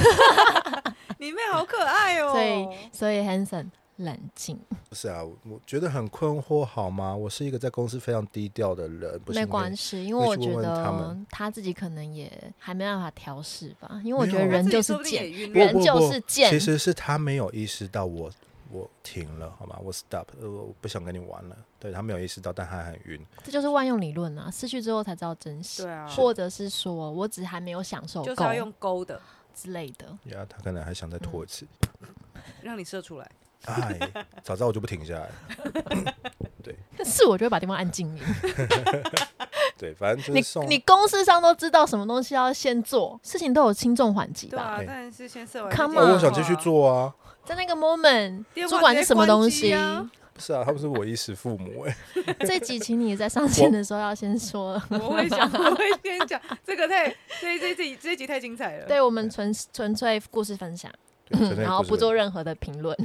Speaker 1: 你妹好可爱哦。
Speaker 2: 所以所以 Hanson 冷静，
Speaker 3: 不是啊，我我觉得很困惑，好吗？我是一个在公司非常低调的人，不是
Speaker 2: 没关
Speaker 3: 系。
Speaker 2: 系，因为我
Speaker 3: 你去
Speaker 2: 觉
Speaker 3: 问问他
Speaker 2: 得
Speaker 3: 们
Speaker 2: 他自己可能也还没办法调试吧，因为我觉得
Speaker 3: 没有
Speaker 2: 人
Speaker 1: 他自己
Speaker 2: 就是
Speaker 1: 说不定也
Speaker 2: 贱，
Speaker 1: 晕
Speaker 3: 不
Speaker 1: 了
Speaker 2: 人
Speaker 3: 不
Speaker 2: 就
Speaker 3: 不
Speaker 2: 是贱
Speaker 3: 其实是他没有意识到我我停了，好吗？我 stop，呃我不想跟你玩了。对他没有意识到，但他很晕。
Speaker 2: 这就是万用理论啊，失去之后才知道珍惜。
Speaker 1: 对啊，
Speaker 2: 或者是说我只还没有享受
Speaker 1: 就是
Speaker 2: 够
Speaker 1: 要用勾的，
Speaker 2: 之类的。
Speaker 3: 呀、他可能还想再拖一次。
Speaker 1: 让你射出来。
Speaker 2: 嗯
Speaker 3: 哎，早知道我就不停下 来。
Speaker 2: 但是我就会把地方按静音。
Speaker 3: 对，反正就是
Speaker 2: 你
Speaker 3: 送啊
Speaker 2: 你公司上都知道什么东西要先做，事情都有轻重缓急
Speaker 1: 对
Speaker 2: 吧？
Speaker 1: 啊
Speaker 3: 哎，
Speaker 1: 但是先射完。
Speaker 2: Come
Speaker 3: 哦，
Speaker 2: on
Speaker 3: 我想继续。做啊。
Speaker 2: 在那个 moment，
Speaker 1: 电话
Speaker 2: 主管
Speaker 1: 直
Speaker 2: 是
Speaker 1: 接
Speaker 2: 什么东
Speaker 1: 关
Speaker 2: 西
Speaker 1: 机？啊
Speaker 3: 不是啊，他们是我衣食父母哎、
Speaker 2: 这集请你在上线的时候要先说。
Speaker 1: 我会想，我会先讲这个太这这这这一集太精彩了。
Speaker 2: 对我们纯纯粹故事分享，
Speaker 3: 对真的
Speaker 2: 然后嗯
Speaker 3: 是
Speaker 2: 不做任何的评论。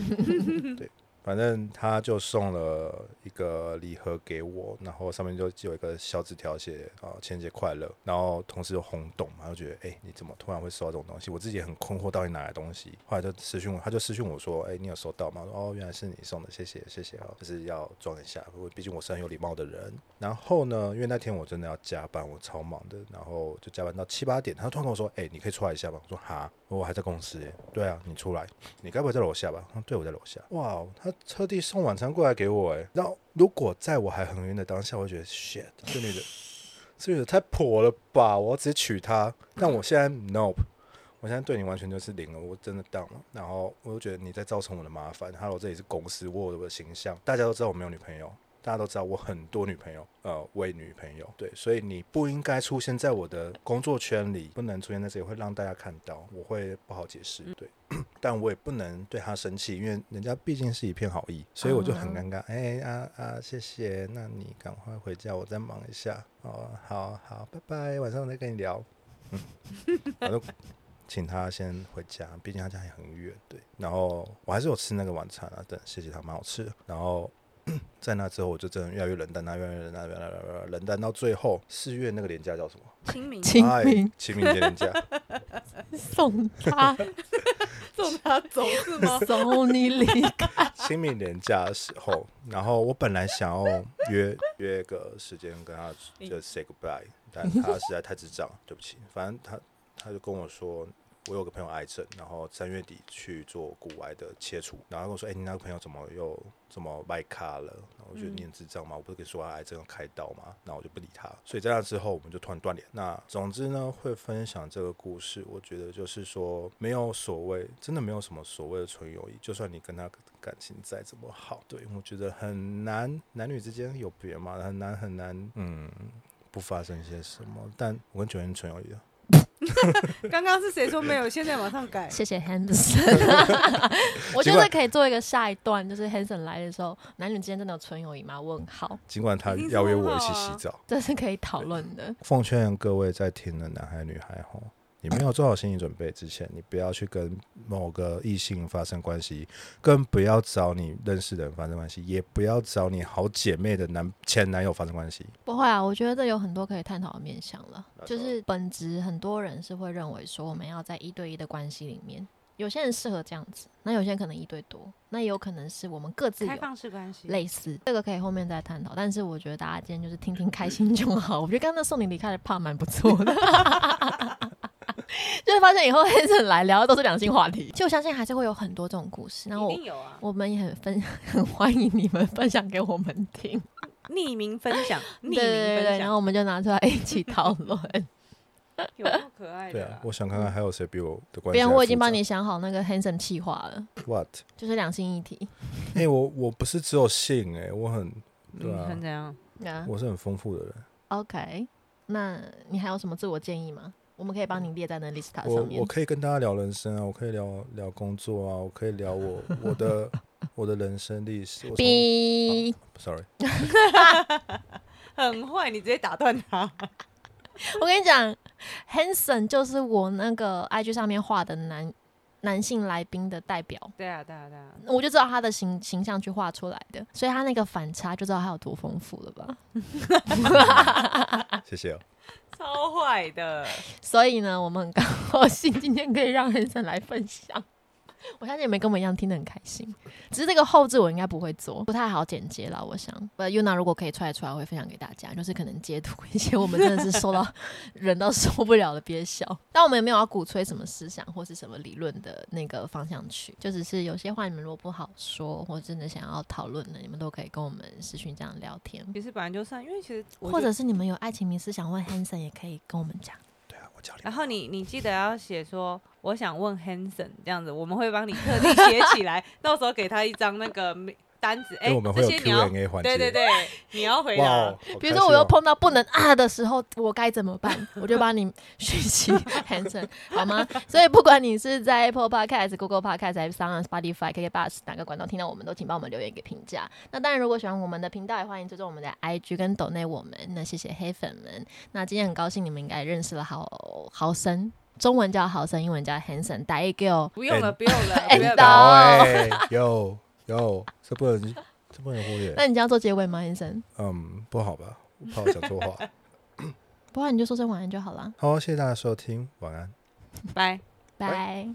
Speaker 3: 反正他就送了一个礼盒给我，然后上面就有一个小纸条写啊“情人节快乐”，然后同事就轰动嘛，就觉得哎、你怎么突然会收到这种东西？我自己也很困惑，到底哪来的东西？后来就私讯我，他就私讯我说：“哎、你有收到吗？”我说：“哦，原来是你送的，谢谢谢谢哦，就是要装一下，我毕竟我是很有礼貌的人。”然后呢，因为那天我真的要加班，我超忙的，然后就加班到七八点，他突然跟我说：“哎、你可以出来一下吗？”我说：“哈，我还在公司。”耶。”对啊，你出来。你该不会在楼下吧？嗯，对，我在楼下。哇哦，他特地送晚餐过来给我哎。然后如果在我还很晕的当下，我会觉得 shit，这女的，这女的太婆了吧！我要直接娶她。但我现在 nope，我现在对你完全就是零了，我真的 down 了。然后我就觉得你在造成我的麻烦。Hello，这里是公司，我有我的形象，大家都知道我没有女朋友。大家都知道我很多女朋友，呃，为女朋友，对，所以你不应该出现在我的工作圈里，不能出现在这里，会让大家看到，我会不好解释，对。 但我也不能对他生气，因为人家毕竟是一片好意，所以我就很尴尬。哎、啊啊，谢谢，那你赶快回家，我再忙一下。哦，好好，拜拜，晚上我再跟你聊。嗯，我就请他先回家，毕竟他家也很远。对，然后我还是有吃那个晚餐啊，对，谢谢他，蛮好吃的。然后在那之后，我就真的越来越冷淡，他越来越冷淡，越来越冷淡冷淡到最后四月那个年假叫什么？
Speaker 1: 清明
Speaker 2: 清
Speaker 3: 哎
Speaker 2: 明
Speaker 3: 清明节年假。
Speaker 2: 送他，
Speaker 1: 送他 走 是吗？
Speaker 2: 送你离开。
Speaker 3: 清明年假的时候，然后我本来想要约约个时间跟他就 say goodbye，但他实在太智障，对不起。反正他他就跟我说，我有个朋友癌症，然后三月底去做骨癌的切除，然后他跟我说，哎、你那个朋友怎么又怎么外卡了？然后我觉得你很智障吗？我不是跟你说他癌症要开刀吗？然后我就不理他。所以在那之后，我们就突然断联。那总之呢，会分享这个故事，我觉得就是说，没有所谓，真的没有什么所谓的纯友谊，就算你跟他感情再怎么好，对我觉得很难，男女之间有别嘛，很难很难，嗯。不发生些什么，但我跟九人纯友谊啊，
Speaker 1: 刚刚是谁说没有？现在马上改。
Speaker 2: 谢谢 Henderson，我觉得可以做一个下一段，就是 Henderson 来的时候，男女之间真的有纯友谊吗？问号，
Speaker 3: 尽管他
Speaker 1: 一定是
Speaker 3: 邀约我
Speaker 1: 问号
Speaker 3: 一起
Speaker 1: 啊
Speaker 3: 洗澡，
Speaker 2: 这是可以讨论的。
Speaker 3: 奉劝各位在听的男孩女孩吼，你没有做好心理准备之前，你不要去跟某个异性发生关系，更不要找你认识的人发生关系，也不要找你好姐妹的男前男友发生关系。
Speaker 2: 不会啊，我觉得有很多可以探讨的面向了。
Speaker 3: 那
Speaker 2: 就
Speaker 3: 时候
Speaker 2: 是本质，很多人是会认为说我们要在一对一的关系里面，有些人适合这样子，那有些人可能一对多，那也有可能是我们各自有
Speaker 1: 开放式关系，
Speaker 2: 类似，这个可以后面再探讨。但是我觉得大家今天就是听 听开心就好。我觉得刚刚那送你离开的怕蛮不错的，就会发现以后黑人来聊的都是两性话题。其实我相信还是会有很多这种故事，然后
Speaker 1: 一
Speaker 2: 我
Speaker 1: 定有啊，
Speaker 2: 我们也很分 很欢迎你们分享给我们听，
Speaker 1: 匿名分享，
Speaker 2: 对
Speaker 1: 匿名
Speaker 2: 对对
Speaker 1: 分
Speaker 2: 对，然
Speaker 1: 享，
Speaker 2: 后我们就拿出来一起讨论。
Speaker 1: 有够可爱
Speaker 3: 对
Speaker 1: 的
Speaker 3: 啊
Speaker 1: 啦，。
Speaker 3: 我想看看还有谁比 我的关系
Speaker 2: 别人
Speaker 3: 还
Speaker 2: 嗯我已经
Speaker 3: 复
Speaker 2: 帮
Speaker 3: 杂
Speaker 2: 你想好那个 handsome 气话了，
Speaker 3: what？
Speaker 2: 就是两性议题。
Speaker 3: 哎、我我不是只有性哎、我很对
Speaker 1: 嗯
Speaker 3: 啊
Speaker 1: 很怎样？
Speaker 2: 啊
Speaker 3: 我是很丰富的人。
Speaker 2: OK，那你还有什么自我建议吗？我们可以帮你列在那 list
Speaker 3: 我
Speaker 2: 上面
Speaker 3: 我。可以跟大家聊人生啊，我可以聊聊工作啊，我可以聊我我 的我的人生历史。我从
Speaker 2: 哔，
Speaker 3: sorry，
Speaker 1: 很坏，你直接打断他。
Speaker 2: 我跟你讲，Hanson 就是我那个 IG 上面画的男男性来宾的代表，
Speaker 1: 对啊，对啊，对啊，
Speaker 2: 我就知道他的形形象去画出来的，所以他那个反差就知道他有多丰富了吧。
Speaker 3: 谢谢、哦。
Speaker 1: 超坏的。
Speaker 2: 所以呢，我们很高兴今天可以让 Hanson 来分享。 我相信你们跟我们一样听得很开心，只是这个后置我应该不会做，不太好剪接啦。我想，呃，Yuna 如果可以出来出来，我会分享给大家，就是可能截图一些我们真的是受到人到受不了的憋笑。 但我们也没有要鼓吹什么思想或是什么理论的那个方向去，就只是有些话你们如果不好说，或真的想要讨论的，你们都可以跟我们私讯这样聊天，
Speaker 1: 其实本来就算，因为其实我
Speaker 2: 或
Speaker 1: 觉得
Speaker 2: 者是你们有爱情迷思想问 Hanson 也可以跟我们讲。
Speaker 3: 对啊，我教练
Speaker 1: 然后你你记得要写说，我想问 Hanson 这样子，我们会帮你特地写起 来，到时候给他一张那个单子，哎、
Speaker 3: 因为我们会
Speaker 1: 这
Speaker 3: 有
Speaker 1: 些你要
Speaker 3: Q&A 环节。
Speaker 1: 对对对，你要回
Speaker 3: 哇
Speaker 1: 答
Speaker 3: 哦，。好
Speaker 2: 比如
Speaker 3: 开
Speaker 2: 说我
Speaker 3: 心
Speaker 2: 又
Speaker 3: 哦
Speaker 2: 碰到不能啊的时候，我该怎么 办？我就帮你学习 Hanson 好吗？所以不管你是在 Apple Podcast、Google Podcast 还是 Sound、Spotify、KK Bus 哪个管道听到我们，都请帮我们留言给评价。那当然，如果喜欢我们的频道，也欢迎追踪我们的 IG 跟抖内我们。那谢谢黑粉们。那今天很高兴你们应该认识了豪豪森，中文叫豪森，英文叫 Hanson，打一个
Speaker 1: 不用了，不用 了，
Speaker 2: 哎
Speaker 1: 不用
Speaker 2: 到
Speaker 1: 了。
Speaker 3: 好
Speaker 2: 哦
Speaker 3: 哎、有有，这不能这不能忽
Speaker 1: 哎
Speaker 3: 略。
Speaker 2: 那你这样做结尾吗，Hanson？
Speaker 3: 嗯，不好吧？我怕我讲错话。
Speaker 2: 不然你就说声晚安就好了。
Speaker 3: 好，谢谢大家收听，晚安。
Speaker 1: 拜。
Speaker 2: 拜。